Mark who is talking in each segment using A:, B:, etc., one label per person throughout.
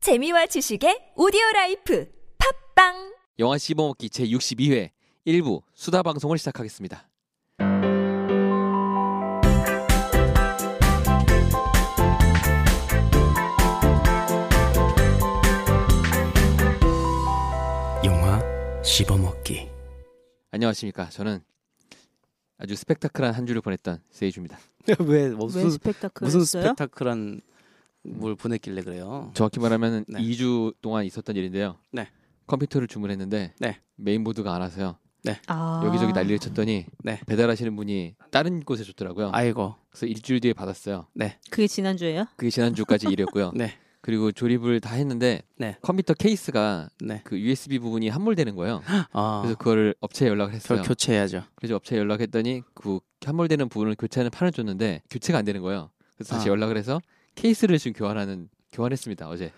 A: 재미와 지식의 오디오 라이프 팝빵
B: 영화 씹어먹기 제62회 1부 수다 방송을 시작하겠습니다.
C: 영화 씹어먹기
B: 안녕하십니까. 저는 아주 스펙타클한 한 주를 보냈던 세이주입니다.
C: 왜
D: 왜
C: 무슨
D: 스펙타클
C: 무슨
D: 했어요?
C: 스펙타클한 뭘 보냈길래 그래요?
B: 정확히 말하면
C: 네.
B: 2주 동안 있었던 일인데요.
C: 네.
B: 컴퓨터를 주문했는데
C: 네.
B: 메인보드가 안 와서요.
D: 아.
B: 여기저기 난리를 쳤더니
C: 네.
B: 배달하시는 분이 다른 곳에 줬더라고요.
C: 아이고
B: 그래서 일주일 뒤에 받았어요.
D: 그게 지난주예요?
B: 그게 지난주까지 일이었고요.
C: 네.
B: 그리고 조립을 다 했는데
C: 네.
B: 컴퓨터 케이스가
C: 네.
B: 그 USB 부분이 함몰되는 거예요.
C: 아
B: 그래서 그거를 업체에 연락을
C: 그걸
B: 했어요.
C: 교체해야죠.
B: 그래서 업체에 연락했더니 그 함몰되는 부분을 교체하는 판을 줬는데 교체가 안 되는 거예요. 그래서 다시
C: 아.
B: 연락을 해서 케이스를 지금 교환하는 교환했습니다 어제.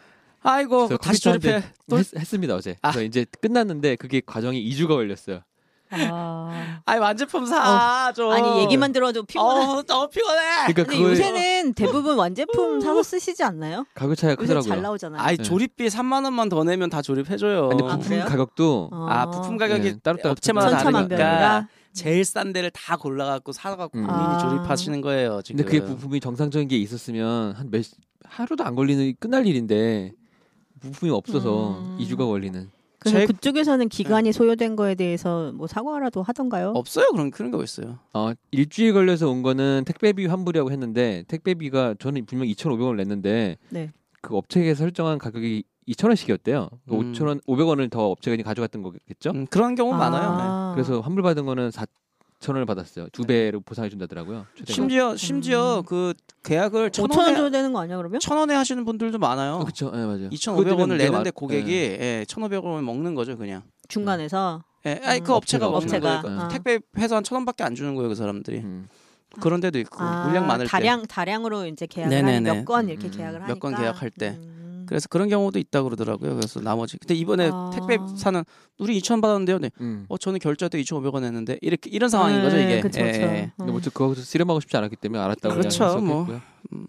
C: 아이고
B: 그래서
C: 다시
B: 컴퓨터
C: 조립해.
B: 한
C: 또
B: 했, 습니다 어제.
C: 아.
B: 그래서 이제 끝났는데 그게 과정이 2주가 걸렸어요.
D: 아.
C: 아이 완제품 사 좀.
D: 어. 아니 얘기만 들어도 피곤해.
C: 어우 어. 너무 피곤해.
B: 그러니까
D: 근데
B: 그걸
D: 요새는 대부분 완제품 사서 쓰시지 않나요?
B: 가격 차이가
D: 요새 잘
B: 크더라고요.
D: 나오잖아요.
C: 어. 네, 아이
B: 네.
C: 조립비 3만 원만 더 내면 다 조립해줘요.
B: 근데
D: 아,
B: 부품
D: 그래요?
B: 가격도
D: 어.
C: 아 부품 가격이
B: 네, 따로따로
C: 업체마다 다르니까
D: 천차만별이라.
C: 제일 싼 데를 다 골라갖고 사갖고
B: 음.
C: 본인이
D: 아.
C: 조립하시는 거예요 지금.
B: 근데 그게 부품이 정상적인 게 있었으면 한 몇 하루도 안 걸리는 끝날 일인데 부품이 없어서
D: 음.
B: 2주가 걸리는.
D: 그래서
C: 제- 네.
D: 그쪽에서는 기간이 소요된 거에 대해서 뭐 사과라도 하던가요?
C: 없어요 그런 그런 거 있어요.
B: 어, 일주일 걸려서 온 거는 택배비 환불이라고 했는데 택배비가 저는 분명 2,500원을 냈는데
D: 네.
B: 그 업체에서 설정한 가격이 2,000원씩이었대요.
C: 음.
B: 5,000원 500원을 더 업체가 이제 가져갔던 거겠죠?
C: 음, 그런 경우 많아요. 네.
D: 아.
B: 그래서 환불 받은 거는 4,000원을 받았어요. 두 배로 보상해 준다더라고요. 최대로.
C: 심지어 심지어 그 계약을 천
D: 5천 음. 원
C: 원에 음.
D: 줘야 되는 거 아니야 그러면?
C: 천 원에 하시는 분들도 많아요.
B: 어, 그쵸? 예, 맞아요. 그것
C: 2,500원을
B: 때문에
C: 내는데
B: 말-
C: 고객이
B: 예.
C: 예, 1,500원을 먹는 거죠 그냥.
D: 중간에서
C: 예, 아니 그
D: 음.
C: 업체가
B: 업체가
C: 먹는
D: 업체가
C: 거예요. 그
D: 어.
C: 택배 회사 한 천 원밖에 안 주는 거예요 그 사람들이.
B: 음.
C: 그런 데도 있고 물량 많을 때.
D: 아, 다량 다량으로 이제 계약을 하니
C: 네네네.
D: 몇건 이렇게
B: 음,
D: 계약을 하니까
C: 몇건 계약할 때.
D: 음.
C: 그래서 그런 경우도 있다 그러더라고요. 그래서 나머지 근데 이번에
D: 아.
C: 택배사는 우리 2,000원 받았는데요. 네.
B: 음.
C: 어 저는 결제할 때 2,500원 했는데 이렇게 이런 상황인 거죠 이게.
D: 네, 그쵸,
C: 예,
D: 그쵸.
C: 예.
B: 근데 뭐 그거서 씨름하고 싶지 않았기 때문에 알았다고 그냥
C: 그렇죠, 뭐.
B: 썼겠고요.
C: 음,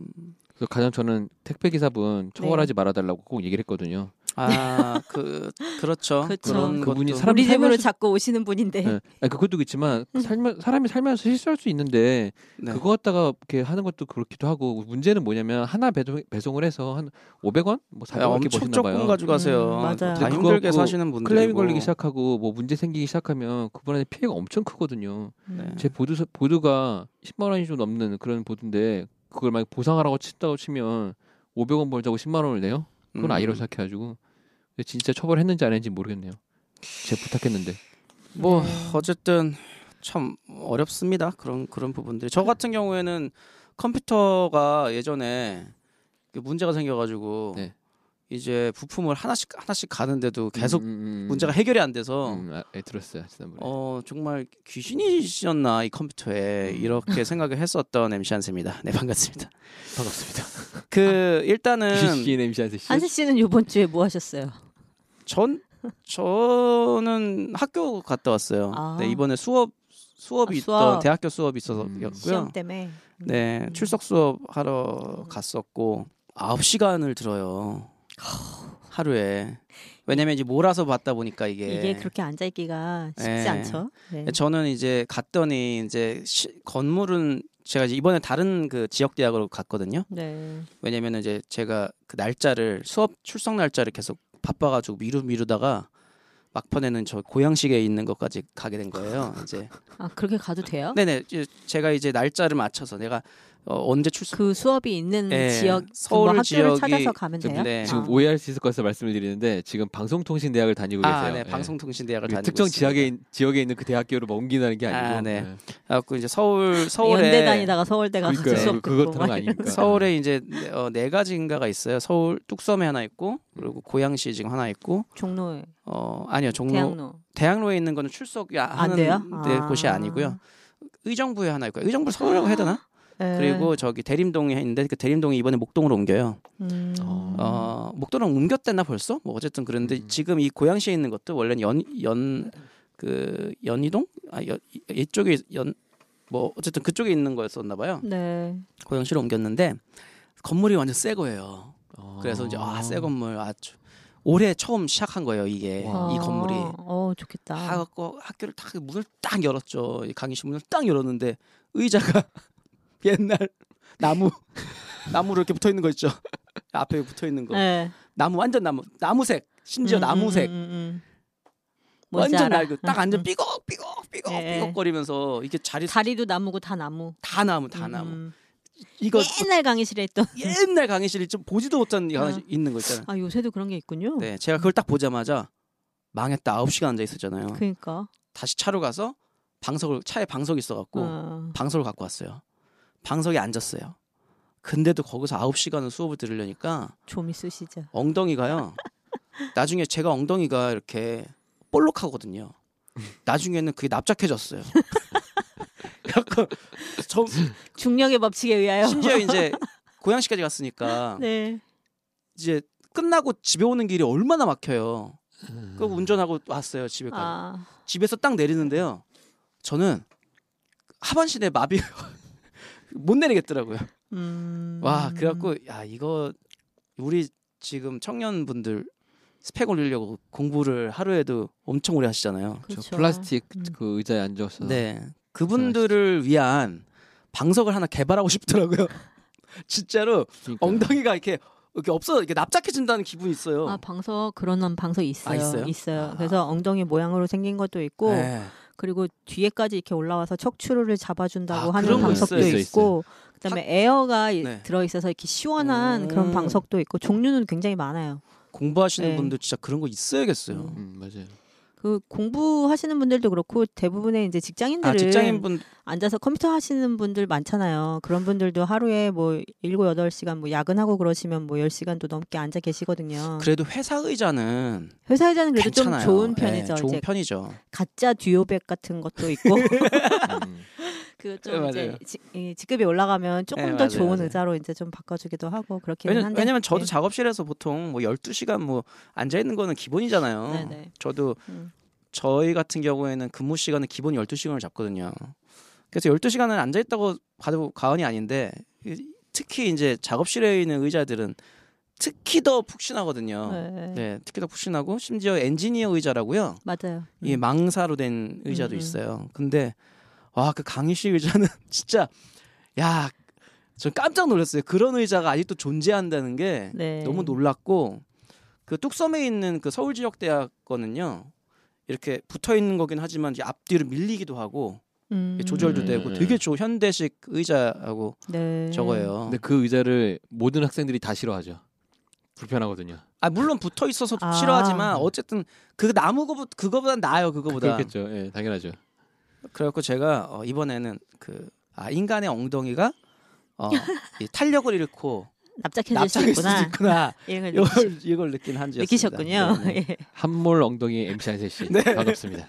B: 그래서 가장 저는 택배 기사분
D: 네.
B: 처벌하지 말아달라고 꼭 얘기를 했거든요.
C: 아, 그 그렇죠.
D: 그쵸.
C: 그런
B: 그분이
C: 것도.
B: 사람-
D: 우리
B: 살면서-
D: 집으로 자꾸 오시는 분인데
C: 네.
B: 예. 아니, 그것도 있지만 살면- 사람이 살면서 실수할 수 있는데
C: 네.
B: 그거 갖다가 이렇게 하는 것도 그렇기도 하고 문제는 뭐냐면 하나 배송, 배송을 해서 한 500원 뭐
C: 야,
B: 400원밖에
C: 아, 엄청
B: 버시나
C: 조금
B: 봐요.
C: 가지고 가세요.
D: 음, 맞아요.
C: 다
B: 근데 그거
C: 힘들게
B: 갖고
C: 사시는 분들.
B: 클레임 걸리기 시작하고 뭐 문제 생기기 시작하면 그분한테 피해가 엄청 크거든요.
C: 네.
B: 제 보드 보드가 10만 원이 좀 넘는 그런 보드인데 그걸 만약 보상하라고 친다고 치면 500원 벌자고 10만 원을 내요?
C: 음.
B: 그건 아이로 생각해가지고 근데 진짜 처벌했는지 안 했는지 모르겠네요. 제가 부탁했는데
C: 뭐
D: 네.
C: 어쨌든 참 어렵습니다. 그런 그런 부분들이 저 같은 경우에는 컴퓨터가 예전에 그 문제가 생겨가지고
B: 네.
C: 이제 부품을 하나씩 하나씩 가는데도 계속
B: 음, 음, 음.
C: 문제가 해결이 안 돼서
B: 음, 아, 예, 들었어요 지난번에.
C: 어 정말 귀신이셨나 이 컴퓨터에
B: 음.
C: 이렇게 생각을 했었던 MC 한세입니다. 네 반갑습니다.
B: 반갑습니다.
C: 그 일단은
B: 귀신 음. MC한테 씨.
D: 한세 씨는 요번 주에 뭐 하셨어요?
C: 전 저는 학교 갔다 왔어요.
D: 아.
C: 네, 이번에 수업 수업이
D: 아, 수업.
C: 있던 대학교 수업이 있어서
B: 음.
C: 였고요.
D: 시험 때문에 음.
C: 네, 출석 수업 하러 갔었고 9시간을 들어요. 하루에. 왜냐면 이제 몰아서 봤다 보니까 이게,
D: 이게 그렇게 앉아 있기가 쉽지
C: 예.
D: 않죠. 네.
C: 저는 이제 갔더니 이제 시- 건물은 제가 이제 이번에 다른 그 지역 대학으로 갔거든요.
D: 네.
C: 왜냐면 이제 제가 그 날짜를 수업 출석 날짜를 계속 바빠 가지고 미루 미루다가 막판에는 저 고양시계에 있는 것까지 가게 된 거예요. 이제
D: 아 그렇게 가도 돼요?
C: 네네 이제 제가 이제 날짜를 맞춰서 내가 어, 언제 출석
D: 그 수업이 있는
C: 예,
D: 지역
C: 서울
D: 뭐 학교를
C: 지역이
D: 찾아서 가면 돼요?
C: 네.
B: 지금
D: 아.
B: 오해할 수 있을 것을 말씀을 드리는데 지금 방송통신대학을 다니고 계세요.
C: 아, 네,
B: 예.
C: 방송통신대학을 다니고
B: 특정
C: 있습니다.
B: 지역에 있- 지역에 있는 그 대학교로 뭐 옮긴다는 게 아니고
C: 아, 네.
B: 예.
C: 그래갖고 이제 서울 서울에
D: 연대 다니다가 서울대 가서
B: 그러니까요.
D: 수업
B: 그거 음.
D: 듣고
B: 들은
D: 막
B: 거
D: 이런.
B: 아닙니까?
C: 서울에 이제 네, 어, 네 가지인가가 있어요. 서울 뚝섬에 하나 있고 그리고 고양시 지금 하나 있고
D: 종로
C: 어 아니요 종로
D: 대학로
C: 대학로. 에 있는 거는 출석
D: 안
C: 하는
D: 돼요?
C: 데
D: 아.
C: 곳이 아니고요. 의정부에 하나 있고요. 의정부 서울이라고 해야 되나?
D: 네.
C: 그리고 저기 대림동에 있는데 그 대림동이 이번에 목동으로 옮겨요.
D: 음.
B: 어.
C: 어 목동으로 옮겼댔나 벌써? 뭐 어쨌든 그런데
B: 음.
C: 지금 이 고양시에 있는 것도 원래는 연 연 그 연희동 아 여, 이쪽에 연 뭐 어쨌든 그쪽에 있는 거였었나 봐요.
D: 네.
C: 고양시로 옮겼는데 건물이 완전 새 거예요. 그래서 이제 아새 건물 아 주- 올해 처음 시작한 거예요 이게
B: 와.
C: 이 건물이
D: 어 좋겠다.
C: 하고 학교를 딱 문을 딱 열었죠 이 강의실 문을 딱 열었는데 의자가 옛날 나무 나무로 이렇게 붙어 있는 거 있죠 앞에 붙어 있는 거
D: 네.
C: 나무 완전 나무 나무색 심지어
D: 음,
C: 나무색
D: 음, 음, 음. 뭔지
C: 완전
D: 알아.
C: 낡은 딱
D: 음,
C: 완전
D: 음.
C: 삐걱 삐걱 삐걱
D: 예, 예.
C: 삐걱 거리면서 이게 자리
D: 다리도 나무고 다 나무.
C: 다 나무 다
D: 음,
C: 나무
D: 음.
C: 이거
D: 옛날 강의실에 있던.
C: 옛날 강의실이 좀 보지도 못한 강의실 있는 거 있잖아요
D: 아 요새도 그런 게 있군요.
C: 네 제가 그걸 딱 보자마자 망했다 9시간 앉아 있었잖아요
D: 그러니까.
C: 다시 차로 가서 방석을 차에 방석이 있어갖고
D: 어.
C: 방석을 갖고 왔어요. 방석에 앉았어요. 근데도 거기서 9시간을 수업을 들으려니까
D: 좀 있으시죠.
C: 엉덩이가요. 나중에 제가 엉덩이가 이렇게 볼록하거든요. 나중에는 그게 납작해졌어요. 그래갖고 저
D: 중력의 법칙에 의하여.
C: 심지어 이제 고양시까지 갔으니까
D: 네.
C: 이제 끝나고 집에 오는 길이 얼마나 막혀요. 그 운전하고 왔어요 집에까지.
D: 음. 아.
C: 집에서 딱 내리는데요. 저는 하반신에 마비 못 내리겠더라고요.
D: 음.
C: 와 그래갖고 야 이거 우리 지금 청년분들 스펙 올리려고 공부를 하루에도 엄청 오래 하시잖아요.
B: 저
D: 그렇죠.
B: 플라스틱
D: 음.
B: 그 의자에 앉아서
C: 네 그분들을 위한 방석을 하나 개발하고 싶더라고요. 진짜로
B: 그러니까
C: 엉덩이가 이렇게 이렇게 없어 이렇게 납작해진다는 기분이 있어요.
D: 아 방석 그런 방석 있어요.
C: 아, 있어요? 아.
D: 그래서 엉덩이 모양으로 생긴 것도 있고
C: 네.
D: 그리고 뒤에까지 이렇게 올라와서 척추를 잡아준다고
C: 아,
D: 하는
C: 그런 거
D: 방석도
C: 있어요.
D: 있고
B: 있어요,
D: 그다음에 에어가 이-
C: 네.
D: 들어있어서 이렇게 시원한 그런
C: 음.
D: 방석도 있고 종류는 굉장히 많아요.
C: 공부하시는
D: 네.
C: 분들 진짜 그런 거 있어야겠어요.
D: 음.
B: 음, 맞아요.
D: 그 공부하시는 분들도 그렇고 대부분의 이제 직장인들은
C: 아 직장인분
D: 앉아서 컴퓨터 하시는 분들 많잖아요. 그런 분들도 하루에 뭐 일곱 여덟 시간 뭐 야근하고 그러시면 뭐 열시간도 넘게 앉아 계시거든요.
C: 그래도 회사 의자는
D: 회사 의자는 그래도
C: 괜찮아요.
D: 좀 좋은
C: 예,
D: 편이죠.
C: 좋은
D: 이제
C: 편이죠.
D: 가짜 듀오백 같은 것도 있고
B: 음.
D: 그
C: 네,
D: 좀
C: 맞아요.
D: 이제 지- 이 직급이 올라가면 조금
C: 네,
D: 더
C: 맞아요,
D: 좋은
C: 맞아요.
D: 의자로 이제 좀 바꿔주기도 하고 그렇기는
C: 왜냐,
D: 한데
C: 왜냐면 저도
D: 네.
C: 작업실에서 보통 뭐 12시간 뭐 앉아 있는 거는 기본이잖아요.
D: 네네.
C: 저도
D: 음.
C: 저희 같은 경우에는 근무 시간은 기본 12시간을 잡거든요. 그래서 12시간을 앉아 있다고 봐도 과언이 아닌데 이- 특히 이제 작업실에 있는 의자들은 특히 더 푹신하거든요. 네.
D: 네.
C: 특히 더 푹신하고 심지어 엔지니어 의자라고요.
D: 맞아요.
C: 이
D: 음.
C: 망사로 된 의자도
D: 음, 음.
C: 있어요. 근데 와 그 강의실 의자는 진짜 야, 저 깜짝 놀랐어요. 그런 의자가 아직도 존재한다는 게
D: 네.
C: 너무 놀랐고 그 뚝섬에 있는 그 서울 지역 대학 거는요. 이렇게 붙어 있는 거긴 하지만 이제 앞뒤로 밀리기도 하고
D: 음.
C: 조절도
B: 음.
C: 되고
B: 음.
C: 되게 좋 현대식 의자하고
D: 네.
C: 저거예요.
B: 근데 그 의자를 모든 학생들이 다 싫어하죠. 불편하거든요.
C: 아 물론 붙어 있어서
D: 아.
C: 싫어하지만 어쨌든 그 나무 거 그거보다 나아요. 그거보다.
B: 그렇겠죠. 예, 당연하죠.
C: 그래갖고 제가 어, 이번에는 그 아, 인간의 엉덩이가 어, 이 탄력을 잃고
D: 납작해질 수
C: 납작일 수도
D: 있구나. 아,
C: 있구나. 네,
D: 이걸
C: 이걸 이걸 느낀 한지
D: 느끼셨군요. 예.
B: 한몰 엉덩이 MC 한세 씨
C: 네.
B: 반갑습니다.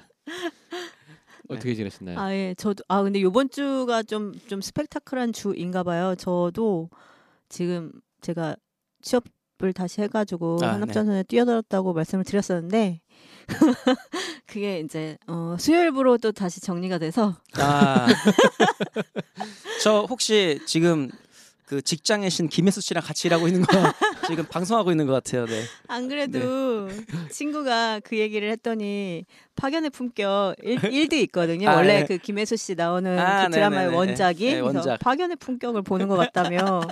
B: 어떻게 지냈었나요?
D: 아 예, 저도 아 근데 요번 주가 좀 좀 스펙타클한 주인가 봐요. 저도 지금 제가 취업을 다시 해가지고
C: 아,
D: 한업전선에 뛰어들었다고 말씀을 드렸었는데 그게 이제 어, 수요일부로 또 다시 정리가 돼서
C: 아, 저 혹시 지금 그 직장에 신 김혜수 씨랑 같이 일하고 있는 거 지금 방송하고 있는 것 같아요. 네.
D: 안 그래도 친구가 그 얘기를 했더니 파견의 품격 일, 일도 있거든요.
C: 아,
D: 원래
C: 네.
D: 그 김혜수 씨 나오는
C: 아,
D: 그 드라마의
C: 네네네.
D: 원작이
C: 네,
D: 그래서
C: 원작.
D: 파견의 품격을 보는 것 같다며.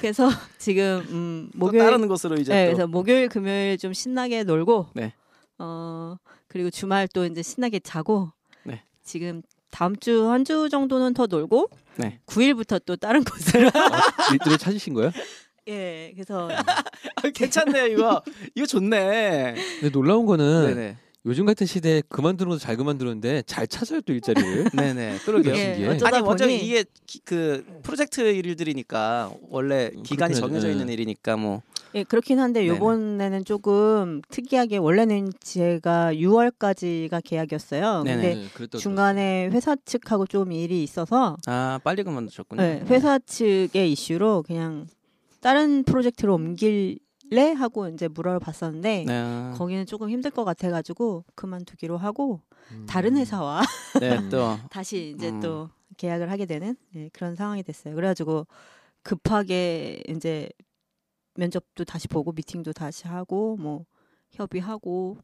D: 그래서 지금 음,
C: 또
D: 목요일
C: 다른 곳으로 이제
D: 네,
C: 또
D: 그래서 목요일 금요일 좀 신나게 놀고
C: 네.
D: 어 그리고 주말 또 이제 신나게 자고
C: 네.
D: 지금 다음 주 한 주 정도는 더 놀고
C: 네.
D: 9일부터 또 다른 곳으로
B: 아, 일들을 찾으신 거예요?
D: 예 그래서
C: 아, 괜찮네요 이거 이거 좋네.
B: 근데 놀라운 거는
C: 네네
B: 요즘 같은 시대에 그만두는 것도 잘 그만두는데 잘 찾아요 또 일자리를.
C: 네네 그러게요.
B: 예. 신기해.
D: 어쩌다
C: 아니 먼저
D: 보니
C: 이게 기- 그 프로젝트 일들이니까 원래
B: 음,
C: 기간이
B: 그렇긴 하죠.
C: 정해져
B: 예.
C: 있는 일이니까 뭐
D: 예, 그렇긴 한데
C: 네네.
D: 요번에는 조금 특이하게 원래는 제가 6월까지가 계약이었어요.
C: 네네.
D: 근데
B: 네, 그랬다고
D: 중간에 회사 측하고 좀 일이 있어서
C: 아 빨리 그만두셨군요.
D: 예, 회사 측의 이슈로 그냥 다른 프로젝트로 옮길래 하고 이제 물어봤었는데
C: 네. 아,
D: 거기는 조금 힘들 것 같아가지고 그만두기로 하고
B: 들었어요. 음.
D: 다른 회사와
C: 네, 또
D: 다시 이제
C: 음.
D: 또 계약을 하게 되는 예, 그런 상황이 됐어요. 그래가지고 급하게 이제 면접도 다시 보고 미팅도 다시 하고 뭐 협의하고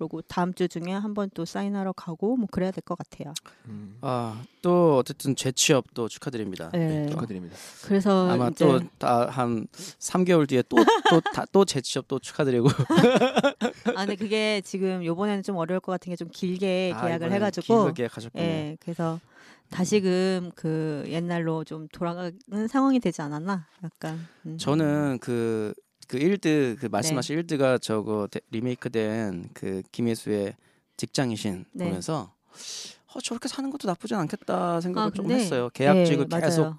D: 그리고 다음 주 중에 한 번 또 사인하러 가고 뭐 그래야 될 것 같아요.
B: 음,
C: 아 또 어쨌든 재취업 또 축하드립니다.
D: 네.
C: 또.
B: 축하드립니다.
D: 그래서
C: 아마
D: 이제
C: 또 다 한 3개월 뒤에 또 또 또 재취업 또 축하드리고
D: 아 근데 그게 지금 요번에는 좀 어려울 것 같은 게 좀 길게
C: 아,
D: 네, 계약을
C: 이번에는
D: 해가지고
C: 길게 네. 음. 계약하셨군요.
D: 예 그래서 다시금 그 옛날로 좀 돌아가는 상황이 되지 않았나 약간 음.
C: 저는 그 그 일드 그
D: 네.
C: 말씀하신 일드가 저거 데- 리메이크된 그 김혜수의 직장이신
D: 네.
C: 보면서 어 저렇게 사는 것도 나쁘진 않겠다 생각을
D: 아,
C: 조금
D: 근데-
C: 했어요. 계약직을
D: 예,
C: 계속
D: 맞아요.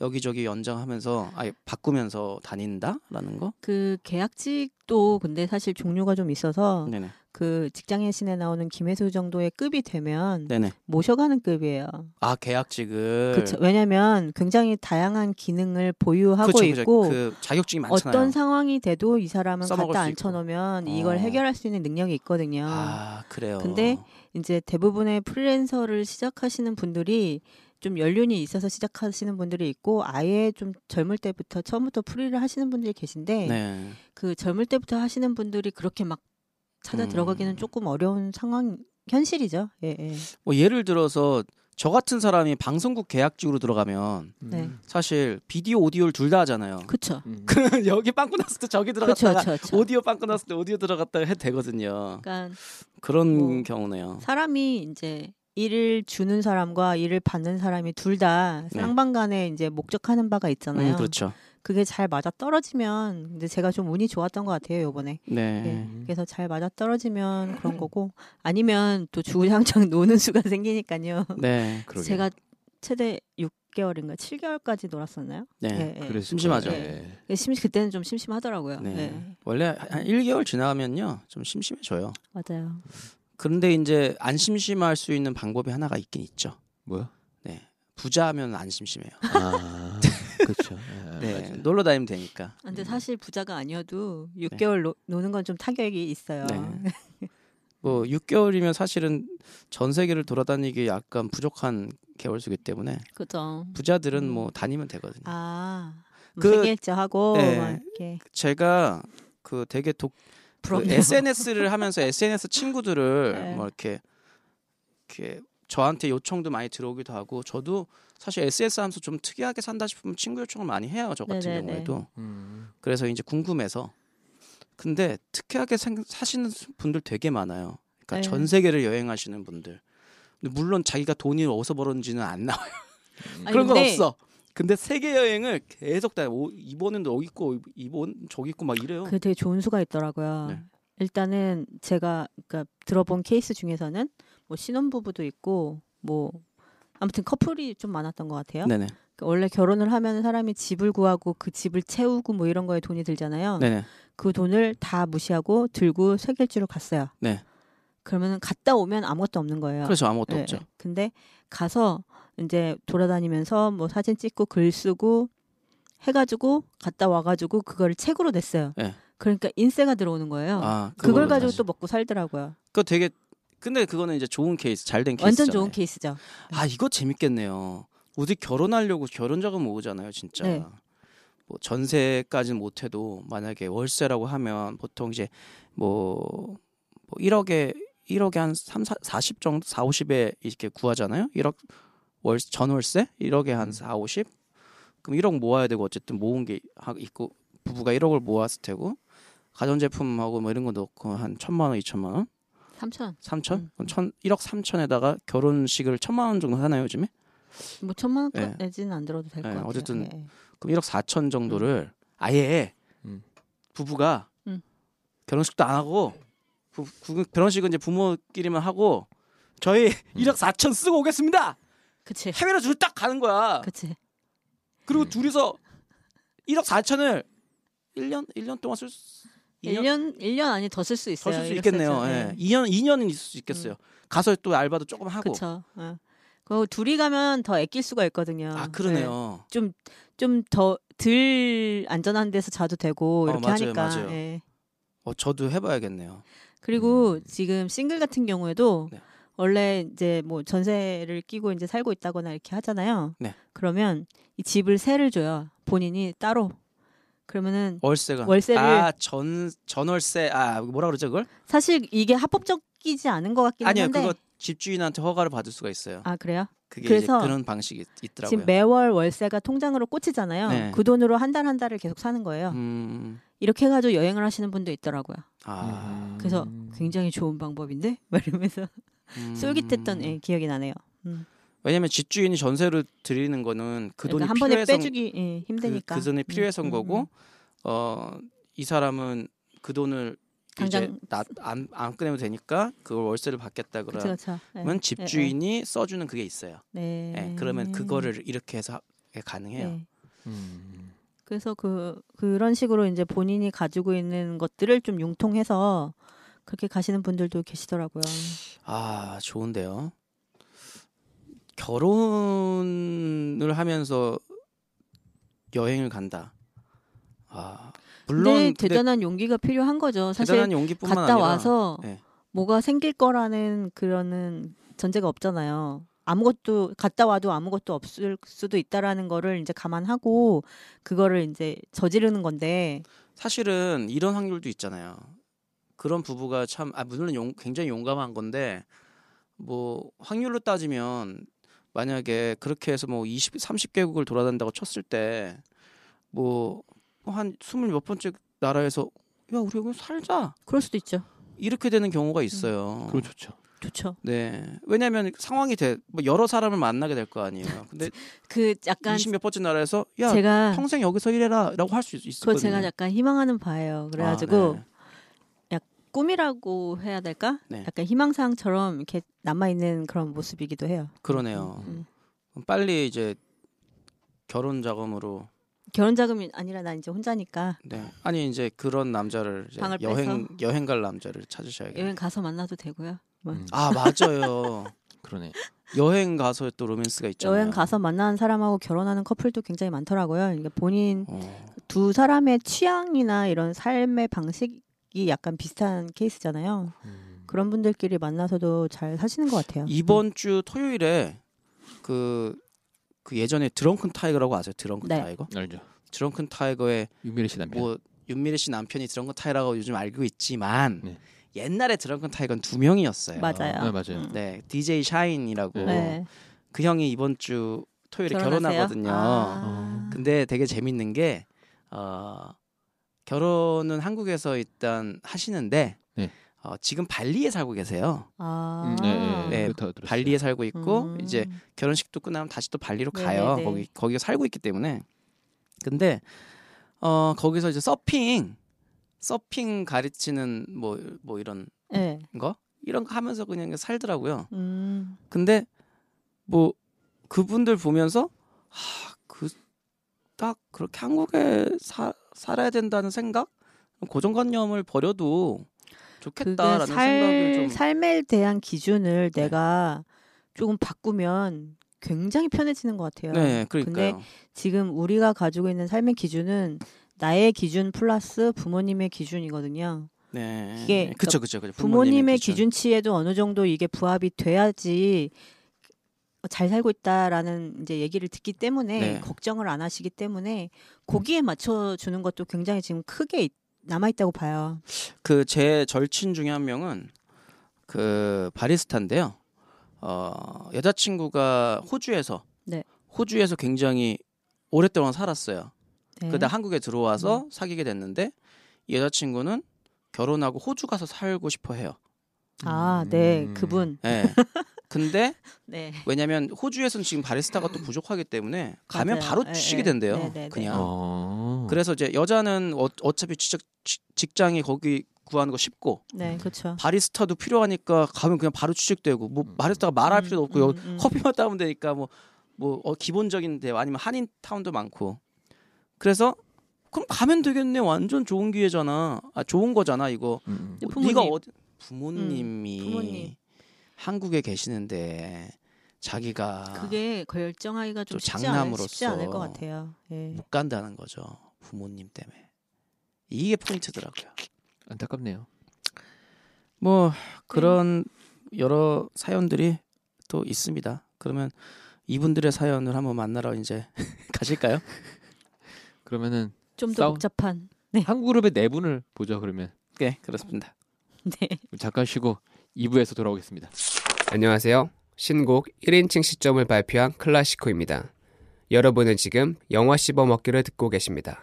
C: 여기저기 연장하면서 아예 바꾸면서 다닌다라는 거.
D: 그 계약직도 근데 사실 종류가 좀 있어서
C: 네네.
D: 그 직장의 신에 나오는 김혜수 정도의 급이 되면
C: 네네.
D: 모셔가는 급이에요.
C: 아 계약직을
D: 그쵸. 왜냐하면 굉장히 다양한 기능을 보유하고
C: 그쵸, 그쵸.
D: 있고
C: 그 자격증이 많잖아요.
D: 어떤 상황이 돼도 이 사람은
C: 써먹을
D: 갖다
C: 수 있고.
D: 앉혀놓으면
C: 어.
D: 이걸 해결할 수 있는 능력이 있거든요.
C: 아 그래요.
D: 근데 이제 대부분의 프리랜서를 시작하시는 분들이 좀 연륜이 있어서 시작하시는 분들이 있고 아예 좀 젊을 때부터 처음부터 프리를 하시는 분들이 계신데
C: 네.
D: 그 젊을 때부터 하시는 분들이 그렇게 막 찾아
C: 음.
D: 들어가기는 조금 어려운 상황 현실이죠. 예, 예.
C: 뭐 예를 들어서 저 같은 사람이 방송국 계약직으로 들어가면
D: 네.
B: 음,
C: 사실 비디오 오디오를 둘 다 하잖아요.
D: 그쵸.
B: 음.
C: 여기 빵꾸 났을 때 저기
D: 그쵸,
C: 들어갔다가
D: 그쵸, 그쵸.
C: 오디오 빵꾸 났을 때 오디오 들어갔다가 해도 되거든요.
D: 그러니까
C: 그런
D: 뭐.
C: 경우네요.
D: 사람이 이제 일을 주는 사람과 일을 받는 사람이 둘 다
C: 네.
D: 쌍방간에 이제 목적하는 바가 있잖아요.
C: 음, 그렇죠.
D: 그게 잘 맞아 떨어지면 근데 제가 좀 운이 좋았던 것 같아요 요번에
C: 네.
D: 네. 그래서 잘 맞아 떨어지면 그런 거고 아니면 또 주구장창 노는 수가 생기니까요
C: 네.
B: 그러게요.
D: 제가 최대 6개월인가 7개월까지 놀았었나요?
C: 네.
D: 예, 예.
B: 그랬을
C: 심심하죠.
B: 거예요.
D: 네.
B: 음. 네.
D: 예, 심 그때는 좀 심심하더라고요.
C: 네.
D: 네.
C: 원래 한 1개월 지나면요. 좀 심심해져요.
D: 맞아요.
C: 그런데 이제 안 심심할 수 있는 방법이 하나가 있긴 있죠.
B: 뭐야?
C: 부자하면 안 심심해요.
B: 아, 그렇죠. 아,
C: 네.
B: 맞아요.
C: 놀러 다니면 되니까.
D: 아, 근데 사실 부자가 아니어도 6개월 노, 노는 건 좀 타격이 있어요.
C: 네. 뭐 6개월이면 사실은 전 세계를 돌아다니기 약간 부족한 개월수기 때문에
D: 그죠. 음.
C: 부자들은 뭐 다니면 되거든요.
D: 아,
C: 그-
D: 그, 생일째 하고
C: 네.
D: 막 이렇게
C: 제가 그 되게 독
D: 부럽네요.
C: SNS를 하면서 SNS 친구들을
D: 네.
C: 뭐 이렇게 이렇게 저한테 요청도 많이 들어오기도 하고 저도 사실 SNS 하면서 좀 특이하게 산다 싶으면 친구 요청을 많이 해요. 저 같은
D: 네네네.
C: 경우에도
B: 음,
C: 그래서 이제 궁금해서 근데 특이하게 생- 사시는 분들 되게 많아요. 그러니까
D: 네.
C: 전 세계를 여행하시는 분들. 근데 물론 자기가 돈이 어디서 벌었는지는 안 나와.
D: 아니,
C: 그런 건
D: 근데
C: 없어. 근데 세계 여행을 계속 다 오- 이번엔 여기 있고 이번 저기 있고 막 이래요.
D: 그 되게 좋은 수가 있더라고요.
C: 네.
D: 일단은 제가 그러니까 들어본 케이스 중에서는 뭐 신혼부부도 있고 뭐 아무튼 커플이 좀 많았던 것 같아요.
C: 네네.
D: 그러니까 원래 결혼을 하면 사람이 집을 구하고 그 집을 채우고 뭐 이런 거에 돈이 들잖아요.
C: 네네.
D: 그 돈을 다 무시하고 들고 세길주로 갔어요.
C: 네.
D: 그러면 갔다 오면 아무것도 없는 거예요.
C: 그래서 그렇죠. 아무것도
D: 예,
C: 없죠.
D: 예. 근데 가서 이제 돌아다니면서 뭐 사진 찍고 글 쓰고 해가지고 갔다 와가지고 그걸 책으로 냈어요.
C: 예.
D: 그러니까 인세가 들어오는 거예요.
C: 아,
D: 그걸
C: 그거는
D: 가지고
C: 사실-
D: 또 먹고 살더라고요.
C: 그거 되게 근데 그거는 이제 좋은 케이스, 잘 된 케이스.
D: 완전 좋은 케이스죠.
C: 아, 이거 재밌겠네요. 우리 결혼하려고 결혼 자금 모으잖아요, 진짜.
D: 네.
C: 뭐 전세까지는 못 해도 만약에 월세라고 하면 보통 이제 뭐, 뭐 1억에 1억에 한 3, 40 정도, 4, 50에 이렇게 구하잖아요. 1억 월 전월세 1억에
D: 음.
C: 한 4, 50. 그럼 1억 모아야 되고 어쨌든 모은 게 하- 있고 부부가 1억을 모았을 테고 가전제품하고 뭐 이런 거 넣고 한 천만 원, 이천만 원.
D: 삼천
C: 삼천?
D: 음.
C: 그럼 천 1억 삼천에다가 결혼식을 천만 원 정도 하나요, 요즘에?
D: 뭐 천만
C: 예.
D: 원까지는 안 들어도 될 것
C: 예,
D: 같아요.
C: 어쨌든
D: 예, 예.
C: 그럼 1억 사천 정도를 아예
B: 음.
C: 부부가
D: 음.
C: 결혼식도 안 하고 부, 구- 결혼식은 이제 부모끼리만 하고 저희 일 1억 사천 쓰고 오겠습니다.
D: 그치,
C: 해외로 둘 딱 가는 거야.
D: 예. 그치.
C: 그, 리고 둘이서 1억 사천을일년일 년 동안 쓸 수, 이 년-
D: 1년, 1년 안에 더 쓸 수 있어요.
C: 더 쓸 수
D: 이렇게
C: 있겠네요.
D: 해서,
C: 예. 이년이년은 있을 수 있겠어요. 가서 또 알바도 조금 하고.
D: 음. 그쵸. 어. 그리고 둘이 가면 더 아낄 수가 있거든요.
C: 아, 그러네요.
D: 좀 좀 덜 안전한 데서 자도 되고
C: 어,
D: 이렇게
C: 맞아요,
D: 하니까.
C: 맞아요.
D: 예.
C: 어, 저도 해봐야겠네요.
D: 그리고 지금 싱글 같은 경우에도
C: 네.
D: 원래 이제 뭐 전세를 끼고 이제 살고 있다거나 이렇게 하잖아요.
C: 네.
D: 그러면 이 집을 세를 줘요. 본인이 따로. 그러면은
C: 월세가
D: 월세를-
C: 아전 전월세 아 뭐라 그러죠 그걸?
D: 사실 이게 합법적이지 않은 것 같긴
C: 아니요
D: 한데.
C: 그거 집주인한테 허가를 받을 수가 있어요.
D: 아 그래요?
C: 그게
D: 그래서
C: 이제 그런 방식이 있- 있더라고요.
D: 지금 매월 월세가 통장으로 꽂히잖아요.
C: 네.
D: 그 돈으로 한 달 한 달을 계속 사는 거예요.
C: 음,
D: 이렇게 해가지고 여행을 하시는 분도 있더라고요.
C: 아,
D: 그래서 굉장히 좋은 방법인데 막 이러면서
C: 음.
D: 쫄깃했던 예, 기억이 나네요. 음.
C: 왜냐면 집주인이 전세를 드리는 거는 그 돈이
D: 그러니까 한 번에
C: 필요해서
D: 빼주기 예, 힘드니까.
C: 그, 그 돈이 필요해서인
D: 음, 음,
C: 거고
D: 음.
C: 어 이 사람은 그 돈을 이제
D: 당장-
C: 나안안 끊내면 되니까 그걸 월세를 받겠다
D: 그쵸,
C: 그러면
D: 그쵸. 예.
C: 집주인이 써주는 그게 있어요.
D: 네.
C: 예, 그러면 그거를 이렇게 해서 하- 예, 가능해요.
D: 네.
B: 음.
D: 그래서 그 그런 식으로 이제 본인이 가지고 있는 것들을 좀 융통해서 그렇게 가시는 분들도 계시더라고요.
C: 아 좋은데요. 결혼을 하면서 여행을 간다. 아 물론
D: 근데
C: 근데
D: 대단한 용기가 필요한 거죠. 사실
C: 대단한 용기뿐만
D: 갔다
C: 아니라
D: 와서
C: 예.
D: 뭐가 생길 거라는 그런 전제가 없잖아요. 아무것도 갔다 와도 아무것도 없을 수도 있다라는 거를 이제 감안하고 그거를 이제 저지르는 건데
C: 사실은 이런 확률도 있잖아요. 그런 부부가 참, 아, 물론 용- 굉장히 용감한 건데, 뭐, 확률로 따지면, 만약에 그렇게 해서 뭐 20, 30개국을 돌아다닌다고 쳤을 때, 뭐, 한 스물 몇 번째 나라에서, 야, 우리 여기 살자.
D: 그럴 수도 있죠.
C: 이렇게 되는
D: 음.
C: 경우가 있어요.
B: 그건 좋죠.
D: 좋죠.
C: 네. 왜냐면 상황이 돼, 뭐 여러 사람을 만나게 될 거 아니에요. 근데
D: 그 약간
C: 20 몇 번째 나라에서, 야,
D: 제가
C: 평생 여기서 일해라. 라고 할 수 있거든요.
D: 그거 제가 약간 희망하는 바예요.
C: 아,
D: 그래가지고
C: 네.
D: 꿈이라고 해야 될까?
C: 네.
D: 약간 희망사항처럼 이렇게 남아 있는 그런 모습이기도 해요.
C: 그러네요.
D: 음.
C: 그럼 빨리 이제 결혼 자금으로
D: 결혼 자금이 아니라 난 이제 혼자니까
C: 네. 아니 이제 그런 남자를 이제
D: 방을
C: 여행 여행 갈 남자를 찾으셔야겠네요.
D: 여행 가서 만나도 되고요. 뭐.
B: 음.
C: 아 맞아요.
B: 그러네.
C: 여행 가서 또 로맨스가 있잖아요.
D: 여행 가서 만나는 사람하고 결혼하는 커플도 굉장히 많더라고요. 이게 본인
C: 어,
D: 두 사람의 취향이나 이런 삶의 방식이 약간 비슷한 케이스잖아요.
C: 음.
D: 그런 분들끼리 만나서도 잘 사시는 것 같아요.
C: 이번 주 토요일에 그, 그 예전에 드렁큰 타이거라고 아세요? 드렁큰
D: 네.
C: 타이거?
B: 알죠.
C: 드렁큰 타이거의
B: 유미래 씨 남편.
C: 뭐 윤미래 씨 남편이 드렁큰 타이거라고 요즘 알고 있지만
B: 네.
C: 옛날에 드렁큰 타이거는 두 명이었어요.
D: 맞아요.
B: 네, 맞아요.
D: 음.
C: 네, DJ 샤인이라고
D: 네.
C: 그 형이 이번 주 토요일에
D: 결혼하세요?
C: 결혼하거든요.
D: 아.
C: 근데 되게 재밌는 게 어, 결혼은 한국에서 일단 하시는데
B: 네.
C: 어, 지금 발리에 살고 계세요.
D: 아.
B: 음, 네,
C: 네,
B: 네. 그렇다고 들었어요.
C: 발리에 살고 있고
D: 음.
C: 이제 결혼식도 끝나면 다시 또 발리로
D: 네,
C: 가요.
D: 네, 네.
C: 거기 거기 살고 있기 때문에. 근데 어, 거기서 이제 서핑 서핑 가르치는 뭐 뭐 이런
D: 네.
C: 거 이런 거 하면서 그냥 살더라고요.
D: 음.
C: 근데 뭐 그분들 보면서 하그딱 그렇게 한국에 사, 살아야 된다는 생각 고정관념을 버려도
D: 그게
C: 좋겠다라는 생각을 좀 네.
D: 삶에 대한 기준을 내가 조금 바꾸면 굉장히 편해지는 것 같아요.
C: 네, 그러니까요.
D: 지금 우리가 가지고 있는 삶의 기준은 나의 기준 플러스 부모님의 기준이거든요.
C: 네,
D: 이게 그러니까
C: 그쵸, 그쵸, 그쵸.
D: 부모님의 기준. 치에도 어느 정도 이게 부합이 돼야지 잘 살고 있다라는 이제 얘기를 듣기 때문에
C: 네.
D: 걱정을 안 하시기 때문에 거기에 맞춰 주는 것도 굉장히 지금 크게 남아 있다고 봐요.
C: 그 제 절친 중에 한 명은 그 바리스타인데요. 어, 여자친구가 호주에서
D: 네.
C: 호주에서 굉장히 오랫동안 살았어요.
D: 네.
C: 그다 한국에 들어와서 사귀게 됐는데 이 여자친구는 결혼하고 호주 가서 살고 싶어 해요.
D: 아, 네, 그분.
C: 예. 근데
D: 네.
C: 왜냐면 호주에선 지금 바리스타가 또 부족하기 때문에 가면
D: 맞아요.
C: 바로
D: 예,
C: 취직이
D: 예.
C: 된대요.
D: 네, 네, 네.
C: 그냥.
D: 아.
B: 어.
C: 그래서 이제 여자는 어, 어차피 취직, 취- 직장이 거기 구하는 거 쉽고
D: 네, 그렇죠.
C: 바리스타도 필요하니까 가면 그냥 바로 취직되고 뭐 바리스타가 말할 필요도 없고 여기
D: 음, 음.
C: 커피만 따면 되니까 뭐, 뭐 어, 기본적인 데 아니면 한인 타운도 많고 그래서 그럼 가면 되겠네 완전 좋은 기회잖아 아 좋은 거잖아 이거
B: 음, 음.
C: 어,
D: 근데 부모님. 음,
C: 네가 어디 부모님이
D: 부모님.
C: 한국에 계시는데 자기가
D: 그게 결정하기가 좀
C: 아. 좀
D: 쉽지, 않,
C: 장남으로서
D: 쉽지 않을 것 같아요. 예.
C: 못 간다는 거죠 부모님 때문에 이게 포인트더라고요
B: 안타깝네요.
C: 뭐 그런 여러 사연들이 또 있습니다. 그러면 이분들의 사연을 한번 만나러 이제 가실까요?
B: 그러면은
D: 좀 더
B: 싸움.
D: 복잡한.
B: 한 그룹의 네 분을 보죠. 그러면
C: 네, 그렇습니다.
D: 네.
B: 잠깐 쉬고 2부에서 돌아오겠습니다.
E: 안녕하세요. 신곡 1인칭 시점을 발표한 클라시코입니다. 여러분은 지금 영화 씹어먹기를 듣고 계십니다.